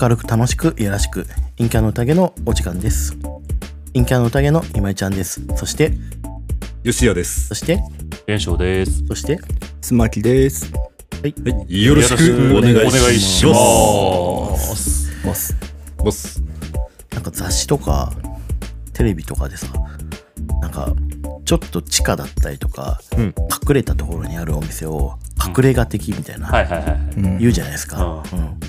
明るく楽しくいやらしく陰キャの宴のお時間です陰キャの宴の今井ちゃんですそして吉谷ですそ。して連勝です。そしてつまきです。はい、よろしくお願いします。ます。ます。ボスなんか雑誌とかテレビとかでさなんかちょっと地下だったりとか、うん隠れたところにあるお店を隠れ家的みたいな、はいはいはい。うん言うじゃないですか、ううん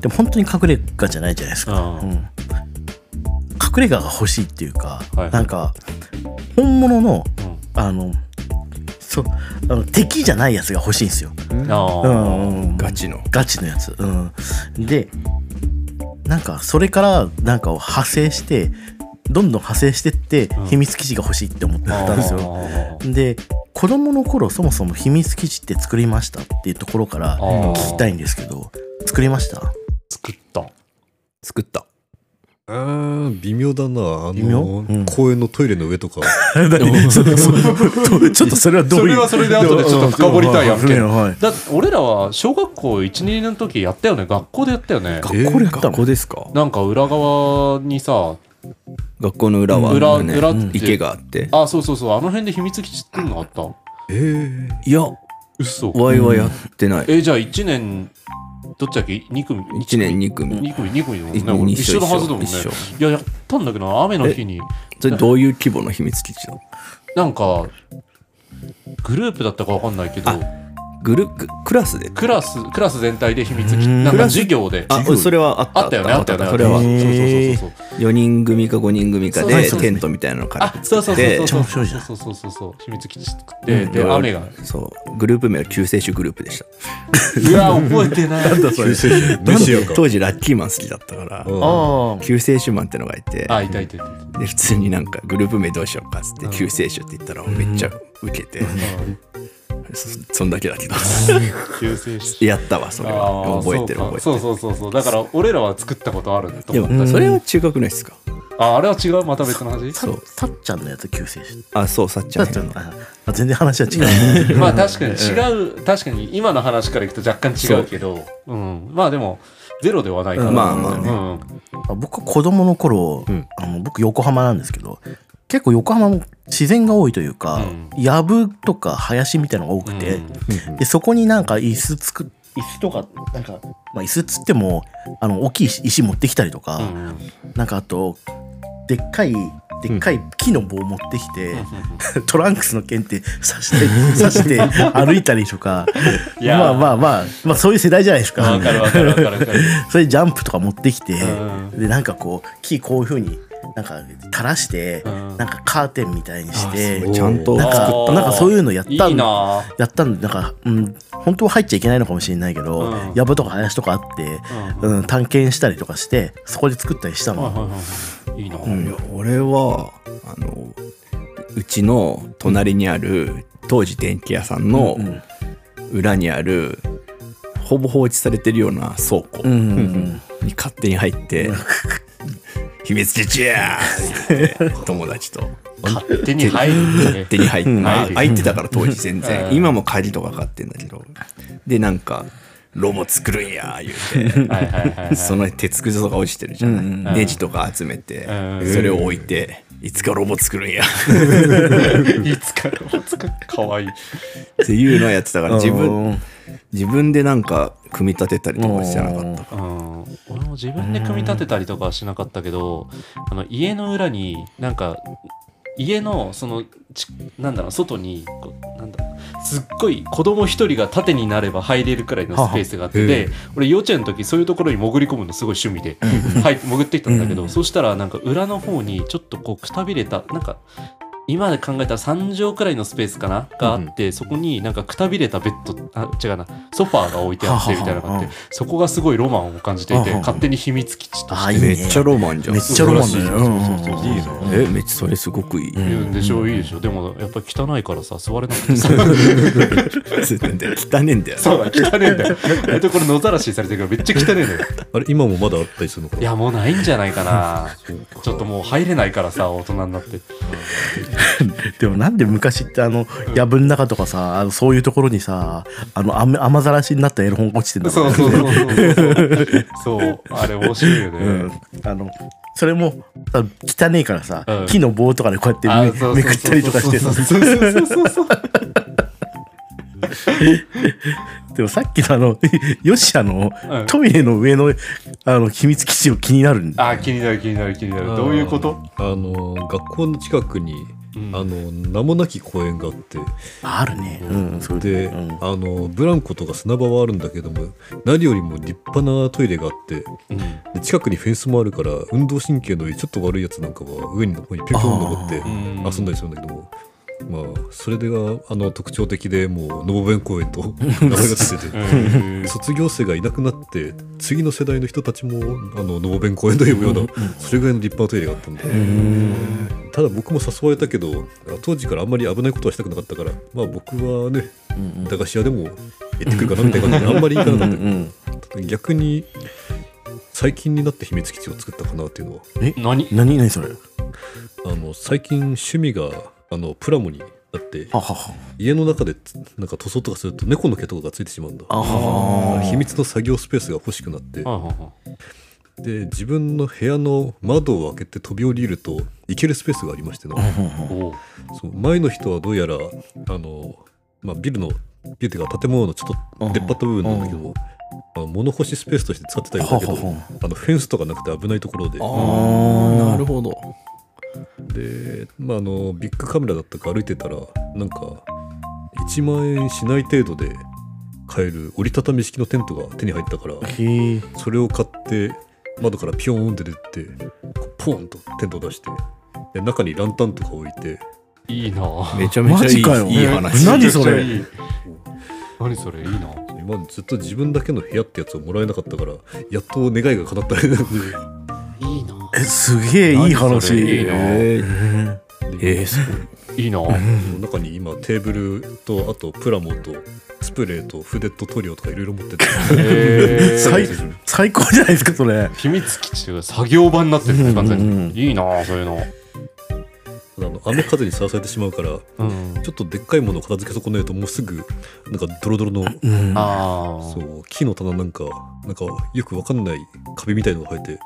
でも本当に隠れ家じゃないじゃないですか、うんうん隠れ家が欲しいっていうか、はいなんか本物のうんあのそうあの敵じゃないやつが欲しいんですよ、あうんあ。うんうんガチの。ガチのやつ、うん、でなんかそれからなんかを派生してどんどん派生してってん秘密基地が欲しいって思ってたんですよ、あで子供の頃そもそも秘密基地って作りましたっていうところからあー聞きたいんですけど作りま した作った。作った。あー微妙だな。あ微妙の、うん公園のトイレの上 とか。 ちょっとそれはどういうそれはそれで後でちょっと深掘りたい案件うんはいだって俺らは小学校1、2年の時やったよね。学校でやったよね。学校でやった学の校ですかなんか裏側にさ、学校の裏は、裏ね裏うん池があって。あ、そうそうそう、あの辺で秘密基地っていうのあった。えー、いや、嘘。ワイはやってない。え、じゃあ1年、どっちだっけ ?2 組。 1年2組。 2組、2組だもんね俺。一一緒緒のはずだもんね。一緒一いや、やったんだけど、雨の日に。それどういう規模の秘密基地だなんかグループだったかわかんないけどあグルククラスでクラスクラス全体で秘密基地うんなんか授業であ、それはあった。あったよねあったよねそれはそうそうへーそうそう4人組か5人組かそうそうでそうテントみたいなのからあそうそうそうそうそうめちゃそうそうそうそう秘密基地作ってで雨 がそうグループ名は救世主グループでしたうわ覚えてない救世主、メシアか。当時ラッキーマン好きだったからうんあ救世主マンってのがいてあいたいたいたで普通になんかグループ名どうしようかっつってうん救世主って言ったらめっちゃウケてそそんだけだけど救世主やったわそれあはー覚えてるそう覚えてかるそうそうそうそうだから俺らは作ったことあるとで思ったもしそれは中学のやつですかああれは違うまた別の話たそうたっちゃんのやつ救世主あそうさっちたゃんっちゃんねのああ全然話は違 うまあ確かに違う確かに今の話からいくと若干違うけどうんまあでもゼロではないからまあまあねうんあ僕子供の頃、うんあの僕横浜なんですけど結構横浜も自然が多いというかうん藪、とか林みたいなのが多くて、うんでそこになんか椅子作っ椅子とかなんか、まあ、椅子っつってもあの大きい石石持ってきたりとか、うんうんなんかあとでっかいでっかい木の棒持ってきて、トランクスの剣って刺して 刺して歩いたりとか いやーまあまあまあまあそういう世代じゃないですかわかるわかるわかるわかる。 それジャンプとか持ってきて、うでなんかこう木こういうふうになんか垂らして、うんなんかカーテンみたいにしてそうちゃんとなんかあーなんかそういうのやったんいいなやったんでなんか、うん、本当は入っちゃいけないのかもしれないけど、うんやぶとか林とかあって、ううん、探検したりとかしてそこで作ったりしたの、ぁ。いいなぁ。いや俺はあのうちの隣にある当時電気屋さんのうん裏にあるほぼ放置されてるような倉庫うんに勝手に入って「 秘密基地や!」って言って友達と勝手に入る ね。手に入って、んまあはい開いてたから当時全然、うん今も鍵とか買ってんだけどでなんか「ロボ作るんや」言うて。はいはいはいはい。 その鉄くずとか落ちてるじゃない、うんネジとか集めて、うんそれを置いていつかロボ作るんやいつからもつか。かわいい。っていうのをやってたから自う分ん自分でなんか組み立てたりとかしてなかったかうん。俺も自分で組み立てたりとかはしなかったけど、あの、家の裏に、なんか、家のそのちなんだろう外にこうなんだろうすっごい子供一人が縦になれば入れるくらいのスペースがあってははへでえ俺幼稚園の時そういうところに潜り込むのすごい趣味で入って潜ってきたんだけどそしたらなんか裏の方にちょっとこうくたびれたなんか今まで考えたら3畳くらいのスペースかながあって、そこになんかくたびれたベッドあ違うなソファーが置いてあってみたいなのがあってははははそこがすごいロマンを感じていははては勝手に秘密基地とあしーらいいめねっちゃロマンじゃんめっちゃロマンだ素よ晴らしいうんそうそうんうそういいなえめっちゃそれすごくいい、 ていうんで しょういいでしょうでもやっぱり汚いからさ座れなくてさそうなんだよ汚ねえんだよそうだ汚ねえんだよあれとこれ野ざらしにされてるからめっちゃ汚ねえんだよあれ今もまだあったりするのかないやもうないんじゃないかなそうかちょっともう入れないからさ大人になってでもなんで昔ってあの藪の中とかさあのそういうところにさあの雨雨ざらしになったエロ本が落ちてんだもんそうそうそうそうそうそうあれ面白いよね、うん、あのそれもあ汚ねえからさ、うん木の棒とかでこうやってあめそうそうそうめくったりとかしてそさうそうそうそうそうでもさっきのあの ヨシアのうんトイレの上のあの秘密基地を気になるんだあ気になる気になる気になるどういうことあの学校の近くに、うんあの名もなき公園があってあるねうんそうで、いうのあのブランコとか砂場はあるんだけども何よりも立派なトイレがあってうんで近くにフェンスもあるから運動神経のいいちょっと悪いやつなんかは上の方にピョンピョン登ってあー遊んだりするんだけども。まあ、それがあの特徴的でもうノボベン公園 と名前がついててうん卒業生がいなくなって次の世代の人たちもあのノボベン公園と呼ぶようなそれぐらいの立派なトイレがあったんでただ僕も誘われたけど当時からあんまり危ないことはしたくなかったからまあ僕はね駄菓子屋でも行ってくるかなみたいな感じであんまり行かなかうっんうたけんど逆に最近になって秘密基地を作ったかなっていうのは何何何それあの最近趣味があのプラモになってははは家の中でつなんか塗装とかすると猫の毛とかがついてしまうんだあはは秘密の作業スペースが欲しくなってうんうんうんで自分の部屋の窓を開けて飛び降りると行けるスペースがありましてなおうそう前の人はどうやらあの、まあ、ビルのビルっていうか建物のちょっと出っ張った部分なんだけども、まあ、物干しスペースとして使ってたようだけどはははあのフェンスとかなくて危ないところでああなるほどで、まあ、あのビッグカメラだったか歩いてたらなんか1万円しない程度で買える折りたたみ式のテントが手に入ったからへえそれを買って窓からピョーンって出てこうポーンとテントを出してで中にランタンとか置いていいなめちゃめマジちかゃよいいいい話何それめちゃくちゃいい何それいいな今までずっと自分だけの部屋ってやつをもらえなかったからやっと願いが叶ったあれなんいいなえすげえいい何そ話れいいなえでー、えー、すいいな中に今テーブルとあとプラモとスプレーと筆と塗料とかいろいろ持ってて へー最最高じゃないですかそれ秘密基地というか作業場になってるね完全うんうんうんにいいなそういうのあの雨風にさらされてしまうからちょっとでっかいものを片付け損ねるともうすぐなんかドロドロのうんああそう木の棚なんかなんかよくわかんないカビみたいのが生えて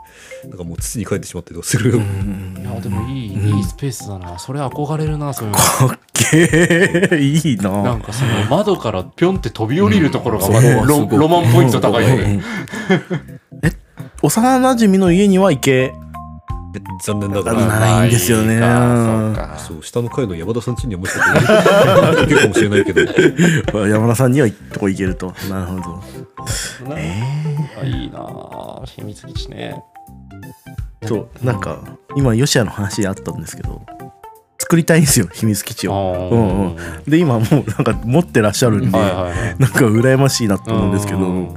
なんかもう土に帰ってしまったりとかする、いやでもいい、いいスペースだなそれ憧れるなそういうのかっけえいいななんかその窓からぴょんって飛び降りるところがまうあんロすごいロマンポイント高いよねえ幼なじみの家には行け 残念ながうんらないんですよねないかそうかそう下の階の山田さん家にはもしかしたらいるかもしれない けど山田さんには行っとこ行けるとなるほどえあいいな秘密基地ねえそうなんか今ヨシアの話あったんですけど作りたいんですよ秘密基地あをーうんうんで今もうなんか持ってらっしゃるんで、はいはいはいなんか羨ましいなと思うんですけうどん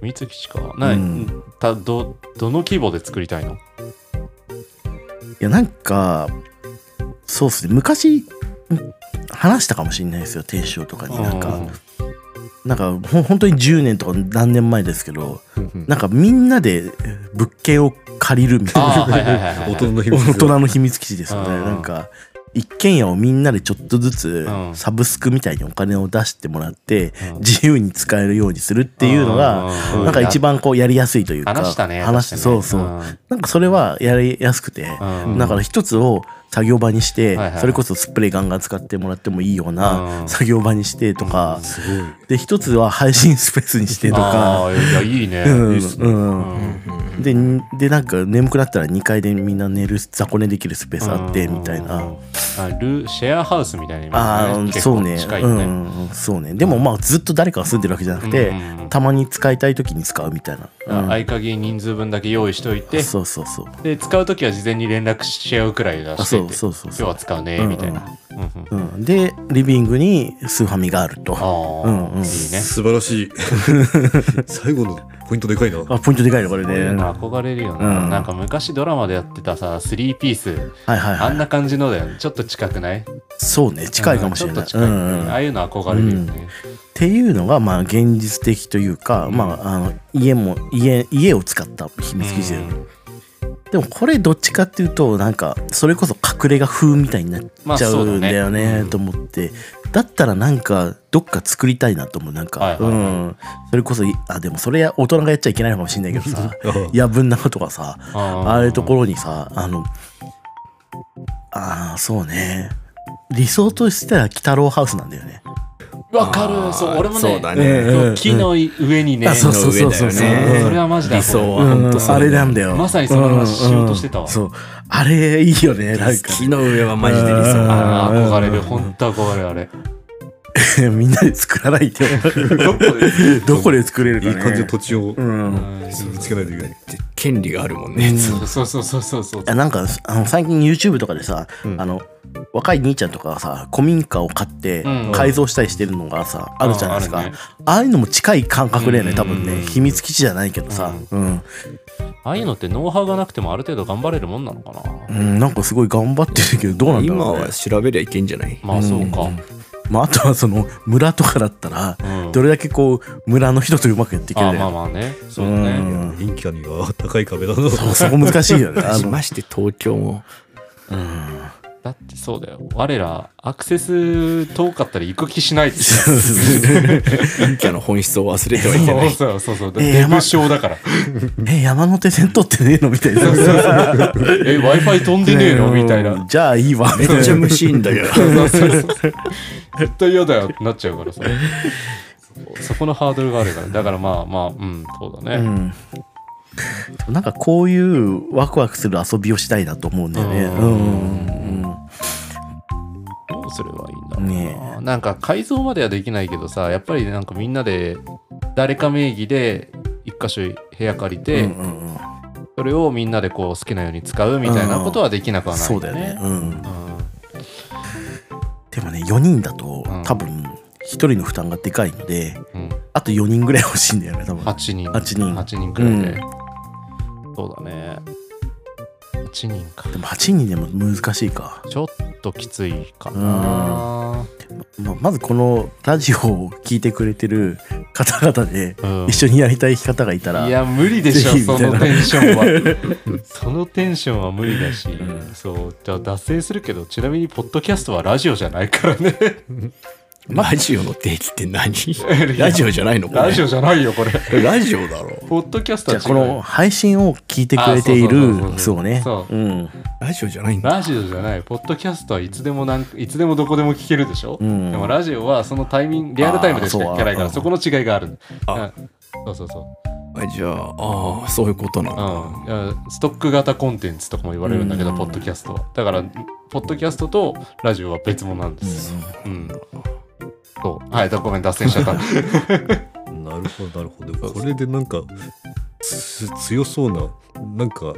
秘密基地かなうんたどどの規模で作りたいのいやなんかそうっすね昔うん話したかもしれないですよ天正とかになんか、 なんかほん本当に10年とか何年前ですけどなんかみんなで物件を借りるみたいなあーはいはいはいはい大人の秘密 大人の秘密基地ですよねうんなんか一軒家をみんなでちょっとずつうんサブスクみたいにお金を出してもらってうん自由に使えるようにするっていうのがうんなんか一番こうやりやすいというか話したね話し確かにそうそうねうんなんかそれはやりやすくてうんだから一つを作業場にしてはいはいそれこそスプレーガンガン使ってもらってもいいよううなん作業場にしてとかすごいで一つは配信スペースにしてとかああいやいいねうんいいっすねうんでにでなんか眠くなったら2階でみんな寝る雑魚寝できるスペースあってみたいうんうんうなんあルシェアハウスみたいなイメあージだあ結そう構ね近いうよねんうんそうねでもまあずっと誰かが住んでるわけじゃなくてうんうんうんたまに使いたい時に使うみたいなあうん合鍵人数分だけ用意しておいてそうそうそうで使う時は事前に連絡し合うくらいだしててあそうそうそうそう今日は使うねみたいな、うんうんうんでリビングにスーファミがあるとああ、うんうんいいね素晴ら しい最後のポイントでかいなあポイントでかいのこれこういうねの憧れるよな、うんなんか昔ドラマでやってたさスリーピースはいはいあんはいな感じのだよねちょっと近くないそうね近いかもしれうんないちうょっと近い、んうんああいうの憧れるよね、っっていうのがまあ現実的というか、まあ、あの家も家家を使った秘密基地で、でもこれどっちかっていうとなんかそれこそ隠れ家風みたいになっまあちゃそううだんねだよねと思って、だったらなんかどっか作りたいなと思うなんか、はいはいはいうん、それこそいあでもそれや大人がやっちゃいけないのかもしれないけどさ あ夜分なことがさあーああいうところにさあのああそうね理想としては鬼太郎ハウスなんだよね。わかあーるそう俺もそうねだうんね。うん木の上にね、あそうそうそうそう木の上だよねそれはマジだ理想はうん本当あれなんだよまさにその話しようとしてたうわんうんそうあれいいよねなんか 木の上はマジで理うん想。あうんー憧れる本当憧れるあれね みんなで作らないと どこで どこで作れるかいいね感じの土地をうん見つけないといけない。権利があるもんね。そうそうそうそうそうあなんかあの最近 YouTube とかでさ、うんあの若い兄ちゃんとかがさ古民家を買ってうん改造したりしてるのがさ、あるじゃないですかあああ,、あるいねうのも近い感覚だよね多分ね、うん秘密基地じゃないけどさ、うんああいうのってノウハウがなくてもある程度頑張れるもんなのかな、うんなんかすごい頑張ってるけどどうなんだろう、ね、今は調べりゃいけんじゃないまあそうか、まあ、あとはその村とかだったら、うんどれだけこう村の人とうまくやっていけるあかーまあまあねそうだね、うん陰キャには高い壁だな。そうそこ難しいよね。あ しのまして東京も。だってそうだよ我らアクセス遠かったら行く気しないですよ陰キャの本質を忘れてはいけなそうい。そうそうそうえーデブ症だからえ山手線通ってねえのみたいな。 え w i f i 飛んでねえのみたいなうんじゃあいいわめみたいなっちゃ虫いんだけど。そうそうそうそう絶対嫌だよってなっちゃうから さそそこのハードルがあるからだからまあまあうんそうだうね、んなんかこういうワクワクする遊びをしたいなと思うんだよね。ううんどうすればいいんだろうな、ねなんか改造まではできないけどさやっぱりなんかみんなで誰か名義で一箇所部屋借りて、うんうんうんそれをみんなでこう好きなように使うみたいなことはできなくはないそうよだよね。うんうんでもね4人だとうん多分1人の負担がでかいのでうん、あと4人ぐらい欲しいんだよね多分。 8人8人八人くらいで、うそうだね8人かでも8人でも難しいか。ちょっときついかなまあまずこのラジオを聞いてくれてる方々でうん、一緒にやりたい方がいたら。いや無理でしょぜひみそたいなのテンション はそのテンションは無理だし、そうじゃあ脱線するけどちなみにポッドキャストはラジオじゃないからねラジオの定義って 何ラジオじゃないのこれラジオじゃないよこれラジオだろ。ポッドキャスじトはゃ違あうこの配信を聞いてくれていあそうそうそうそるうそうね、そう ん、ラジオじゃないんだ。ラジオじゃないポッドキャストはいつでもなんいつでもどこでも聞けるでしょ、うんでもラジオはそのタイミングリアルタイムでしかあーそう聞けないからうんそこの違いがあるあうんそうそうそうあじゃあ、ああ、そういうことなうんのいや、ストック型コンテンツとかも言われるんだけど、うんポッドキャストはだからポッドキャストとラジオは別物なんですよ、うんそうはいだごめん脱線しちゃった なるほどなるほどでもこれでなんかつ強そうななんか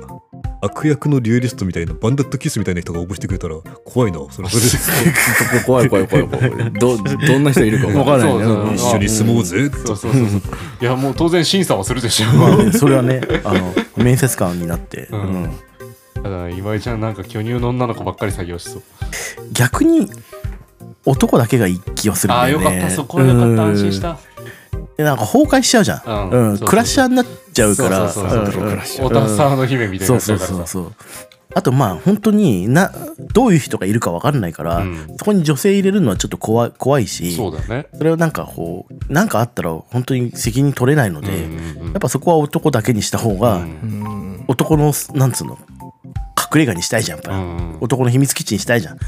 悪役のデュエリストみたいなバンダットキスみたいな人が応募してくれたら怖いなそれそれでか。怖い怖い怖い怖い。ど、どんな人いるか分わかからんないそうそううん一緒に住もうぜそうそうそうそういやもう当然審査はするでしょ まあねそれはねあの面接官になって、うんうんただ今井ちゃんなんか巨乳の女の子ばっかり作業しそう逆に男だけがいい気がするんああだーよよねかったそこはよかった安心したうんなんか崩壊しちゃうじゃん、ううんんそうそうクラッシャーになっちゃうからそうそうそうそううんクラッシオタサーの姫みたいにそうなっちゃそううからそうさそうあとまあ本当になどういう人がいるか分かんないから、うんそこに女性入れるのはちょっと怖い怖いしそうだねそれをなんかこうなんかあったら本当に責任取れないので、うんうんうやっんぱそこは男だけにした方が、うんうん。男のなんつうの隠れ家にしたいじゃんやっぱり、うんうん男の秘密基地にしたいじゃん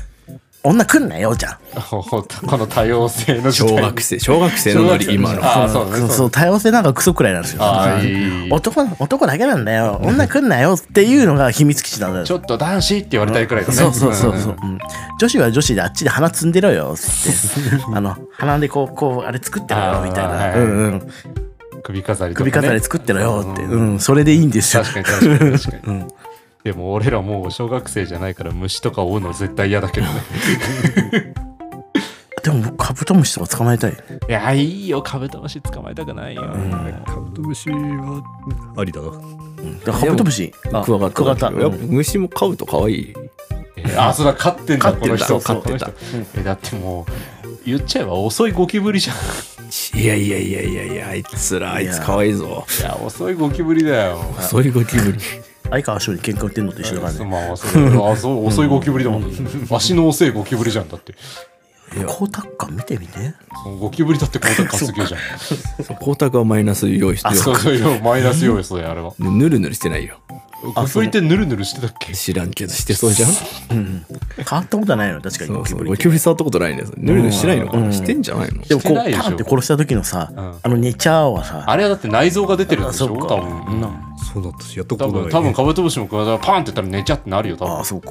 女来んなよじゃんこの多様性の時代小学生、小学生のノリ、今の。ああそうだねそうそうだね多様性なんかクソくらいなんですよああいい男の男だけなんだよ女来んなよっていうのが秘密基地なんだよちょっと男子って言われたいくらいだねそうそうそううんそう、うん女子は女子であっちで鼻摘んでろよっつってあの鼻でこうこうあれ作ってろよみたいあーはいな、はいうんうん、首飾りとか、ね、首飾り作ってろよって、ううんん、それでいいんですよ確かに確かに確かに、うんでも俺らもう小学生じゃないから虫とか追うの絶対嫌だけどねでも僕カブトムシとか捕まえたいいやいいよカブトムシ捕まえたくないよ、カブトムシはありだなだからカブトムシあクワガタ。クワガタやっぱうん虫も飼うと可愛い。えーあそうだ飼ってんだ飼ってこんのだ人飼ってたこの人えだってもう言っちゃえば遅いゴキブリじゃんしいやいやいやいやいやあいつらあいつ可愛いぞいや、遅いゴキブリだよ。そういうゴキブリ相川翔に喧嘩売ってんのと一緒だからねまあ、それあそう遅いゴキブリだもん。わしの遅いゴキブリじゃんだって。光沢感見てみてゴキブリだって光沢感すげえじゃん。光沢はマイナス用意してそうるそうよ、マイナス要素や、あれは。ぬるぬるしてないよゴキブリってヌルヌルしてたっけ知らんけどしてそうじゃん変 わったことはないの確かにそゴうキそうブリゴってキブリ触ったことないんだよぬるぬるしてないのかなしてんじゃないのでもこうしパてないでしょンって殺した時のさ、んあの「寝ちゃー」はさあれはだって内臓が出てるんでしょあそ多うか分。そうだったしやったこ多とない、分、多分カブトムシもこうだからパンって言ったら寝ちゃってなるよ、多あ分あ。そうか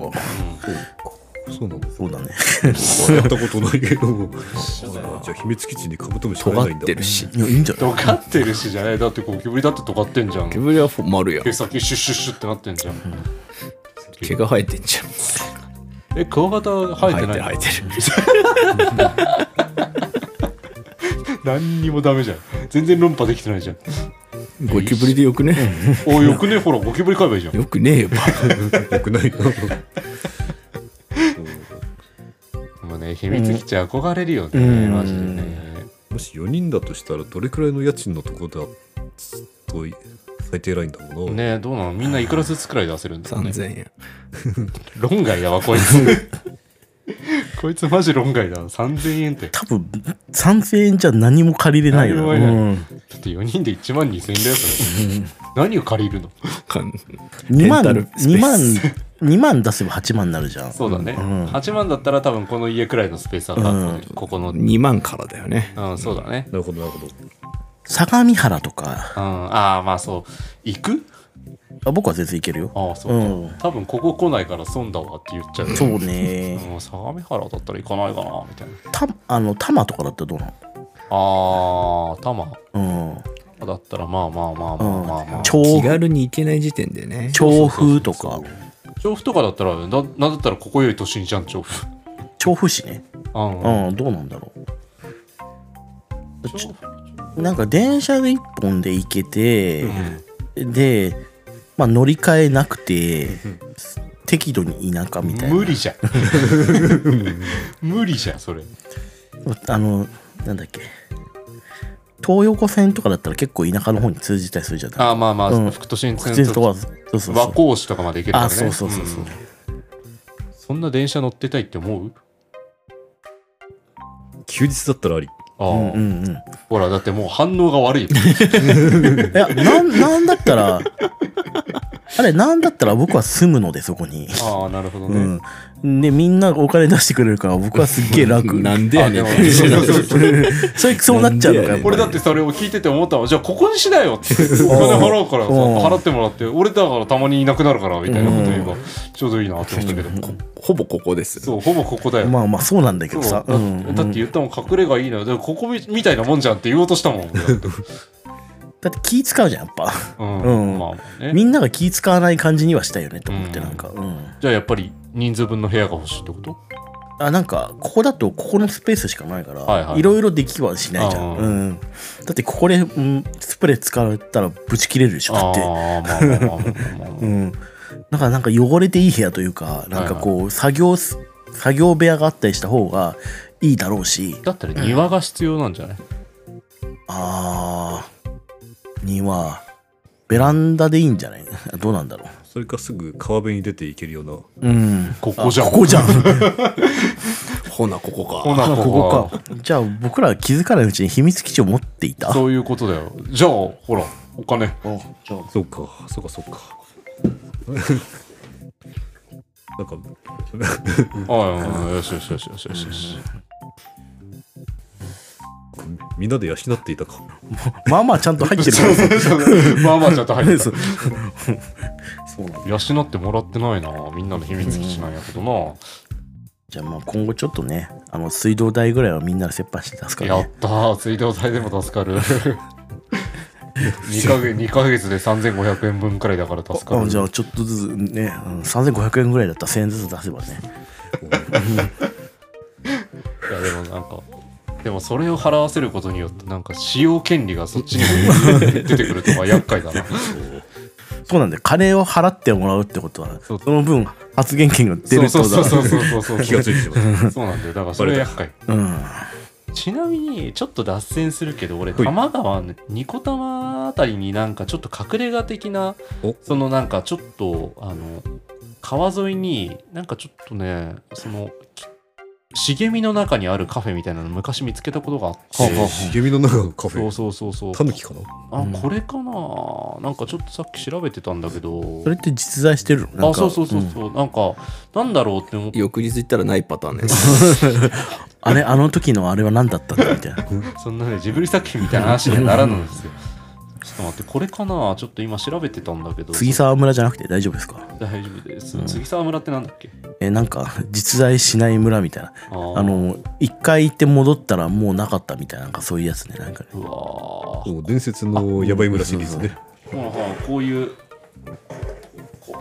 そうなんですそうだねやったことないけどあじゃあ秘密基地にカブトムシ入ら尖ないんっだてるしいやいいんじゃない尖ってるしじゃないだってゴキブリだって尖ってんじゃん。ゴキブリは丸やん毛先シュッシュッシュッってなってんじゃん。毛が生えてんじゃんえ、クワガタ生え生てえてなるい生えてる何にもダメじゃん。全然論破できてないじゃん。 ゴキブリでよくねおい、よくねほら、ゴキブリ飼えばいいじゃん。よくねえよバカよくないなもうね、秘密基地憧れるよね、マジでね。もし4人だとしたらどれくらいの家賃のところだと最低ラインだもんな、ねどうなのみんないくらずつくらいで焦るんだろうね。 3000円論外だわ、こいつ。 こいつマジ論外だわ。3000円って。多分3000円じゃ何も借りれないよ何も借りれなね、だって4人で1万2000円だよ、それ。何を借りるのかんうん、2万レンタルスペース2万2万出せば8万になるじゃんそうだね。ん8万だったら多分この家くらいのスペースだったはずここの。 2万からだよねうん、そうだね。なるほどなるほど相模原とかうん、ああ、まあそう。行くあ僕は全然いけるよああ、そうう。ん多分ここ来ないから損だわって言っちゃうよ。そうねうん相模原だったら行かないかな、みたいな。 たあの多摩とかだったらどうなああ、多摩のだったらまあまあまあまあまあまうんあ。調気軽に行けない時点でね調布とか調布とかだったら、ななんだったらここより都心じゃん、調布。調布市ねうん。うんどうなんだろうち調ょ布なんか電車で1本で行けて、で、まあ、乗り換えなくて、適度に田舎みたいな無理じゃん無理じゃんそれあのなんだっけ東横線とかだったら結構田舎の方に通じたりするじゃないあまあまあ、うん副都心普線通ととかそうそうそ和う光市とかまで行けるからあねそうそうそうそう、んそんな電車乗ってたいって思う休日だったらありああ、うんうんうんほらだってもう反応が悪いいやなんなんだったらあれなんだったら僕は住むのでそこにああなるほどね、うん、でみんなお金出してくれるから僕はすっげえ 楽なんでやねんあっでても話なんだよそれそうなっちゃうのかやっぱ俺だってそれを聞いてて思ったのじゃあここにしなよってお金払うからさうん払ってもらって俺だからたまにいなくなるからみたいなこと言えばちょうどいいなって思ったけど、ほぼここですそうほぼここだよ、まあまあそうなんだけそうどさ、だうんだって言ったもん隠れがいいのよでもここみみたいなもんじゃんって言おうとしたもん 俺だってだって気使うじゃんやっぱうんうんまあまあねみんなが気使わない感じにはしたいよねと思ってうんなんか、うんじゃあやっぱり人数分の部屋が欲しいってことあなんかここだとここのスペースしかないから、はいいはいろいろできはしないじゃん、あーうん、だってここで、うん、スプレー使ったらブチ切れるでしょだって、ああまあまあまあまあまあうん、だからなんか汚れていい部屋というかなんかこう作業す作業部屋があったりした方がいいだろうしだったら庭が必要なんじゃないあー庭ベランダでいいんじゃない どうなんだろそれかすぐ川辺に出ていけるようなううんこあこじゃんここじゃんほなここほかなあ ここここか じゃあ僕らは気づかないうちに秘密基地を持っていたそういうことだよじゃあほらお金おじゃあそうかそうかそうか なんか ああよしよしよしよしよしよしみんなで養っていたかまあまあちゃんと入ってるかそうそうそう まあまあちゃんと入ら っそたうそうなんだ養ってもらってないなみんなの秘密基地なんやけどなじゃあまあ今後ちょっとねあの水道代ぐらいはみんなで折半して出すからやねったー水道代でも助かる 2, か月2ヶ月で3500円分くらいだから助かあるじゃあちょっとずつね、うん、3500円ぐらいだったら1000円ずつ出せばねいやでもなんかでもそれを払わせることによってなんか使用権利がそっち にも出てくるとか厄介だなそうなんで金を払ってもらうってことはそそうの分発言権が出るそうってそうことそうだ そうそうそうそう気がついてしまったそうなんだよだからそれ厄介うんちなみにちょっと脱線するけど俺はい多摩川の二子玉あたりになんかちょっと隠れ家的なおそのなんかちょっとあの川沿いになんかちょっとねそのき茂みの中にあるカフェみたいなの昔見つけたことがあって、はあはあ茂みの中のカフそうェそうそうそうタヌキかなあうんこれかななんかちょっとさっき調べてたんだけどそれって実在してるのなんかあそうそうそうんそう、なんかなんだろうって思って翌日行ったらないパターンです。あれあの時のあれは何だったんだみたいな そんなねジブリ作品みたいな話にはならぬんです よちょっと待ってこれかなちょっと今調べてたんだけど杉沢村じゃなくて大丈夫ですか大丈夫です、杉沢村ってなんだっけえなんか実在しない村みたいなあーあの一回行って戻ったらもうなかったみたいななんかそういうやつねなんかねうわーそう伝説のヤバい村シリーズねほらほらこういうこ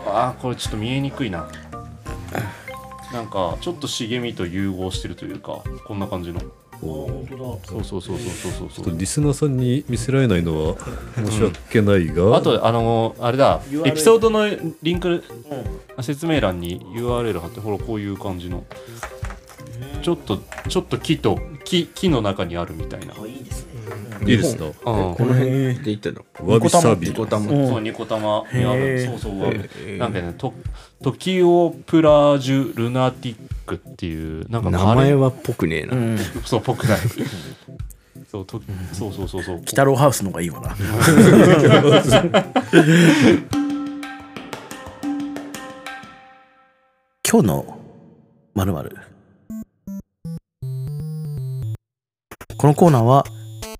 あーこれちょっと見えにくいななんかちょっと茂みと融合してるというかこんな感じのおそうそうそうそうそうそうちょっとリスナーさんに見せられないのは申し訳ないが、あとあのあれだエピソードのリンク、説明欄に URL 貼ってほらこういう感じのちょっとちょっと木と木木の中にあるみたいな、ういいですなん、この辺で行ったの。わびさびニコタマうんそうニコ玉にあるへーそうそうわなんかねとトキオプラージュルナティックっていうなんか名前ははっぽくねえな。そうぽくないそうとそうそうそうそう北ローハウスの方がいいわな 今日のまるまるこのコーナーは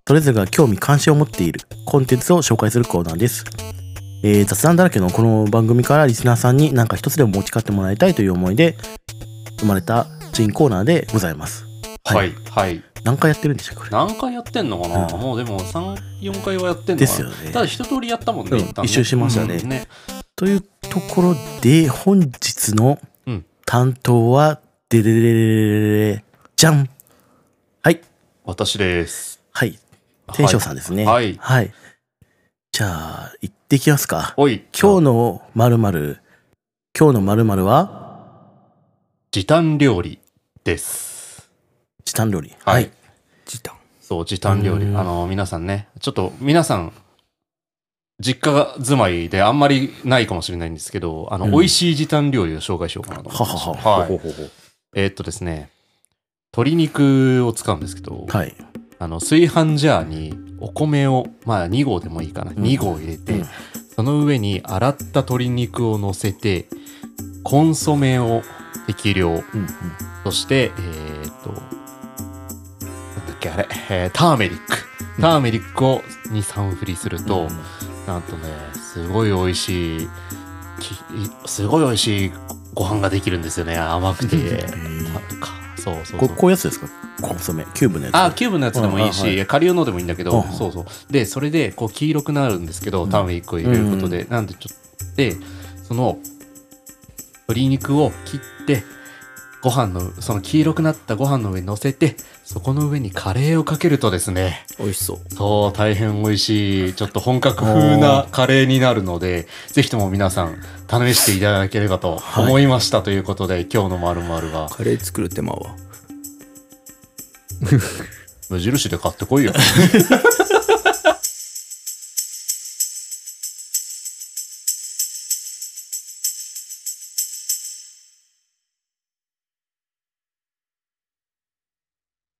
それぞれが興味関心を持っているコンテンツを紹介するコーナーです、えー雑談だらけのこの番組からリスナーさんに何か一つでも持ち帰ってもらいたいという思いで生まれた新コーナーでございますはいはい何回やってるんでしたっけこれ何回やってんのかな、うんもうでも34回はやってんのかなですよねただ一通りやったもんうね、ん一旦ね一周しましたねうんねというところで本日のうん担当はでれれれれれじゃんはい私です。はい天翔さんですねはいはいじゃあ行ってきますかおい、今日のまるまる今日のまるまるは時短料理です。時短料理はい。時短。そう、時短料理。うんあの、皆さんね、ちょっと皆さん、実家住まいであんまりないかもしれないんですけど、あの、うん美味しい時短料理を紹介しようかなと思います。はははほうい。ほうほうえーっとですね、鶏肉を使うんですけど、はいあの炊飯ジャーにお米をまあ2合でもいいかな、ん2合入れて、うんその上に洗った鶏肉を乗せてコンソメを適量、そしてえーっとなんだっけあれ、えーターメリックターメリックを23振りすると、なんとねすごい美味しいきすごい美味しいご飯ができるんですよね甘くて、なんかそうそうそこうこういうやつですかコンソメキューブのやつあキューブのやつでうもいいんあはし、下流のでもいいんだけど、うんそうそう。で、それで、こう、黄色くなるんですけど、ターメリックを入れることで、なんでちょっと、で、その、鶏肉を切って、ご飯の、その黄色くなったご飯の上に乗せて、そこの上にカレーをかけるとですね、美味しそう。そう、大変美味しい、ちょっと本格風なカレーになるので、ぜひとも皆さん、試していただければと思いました、ということで、今日のまるは、カレー作る手間は。無印で買ってこいよ。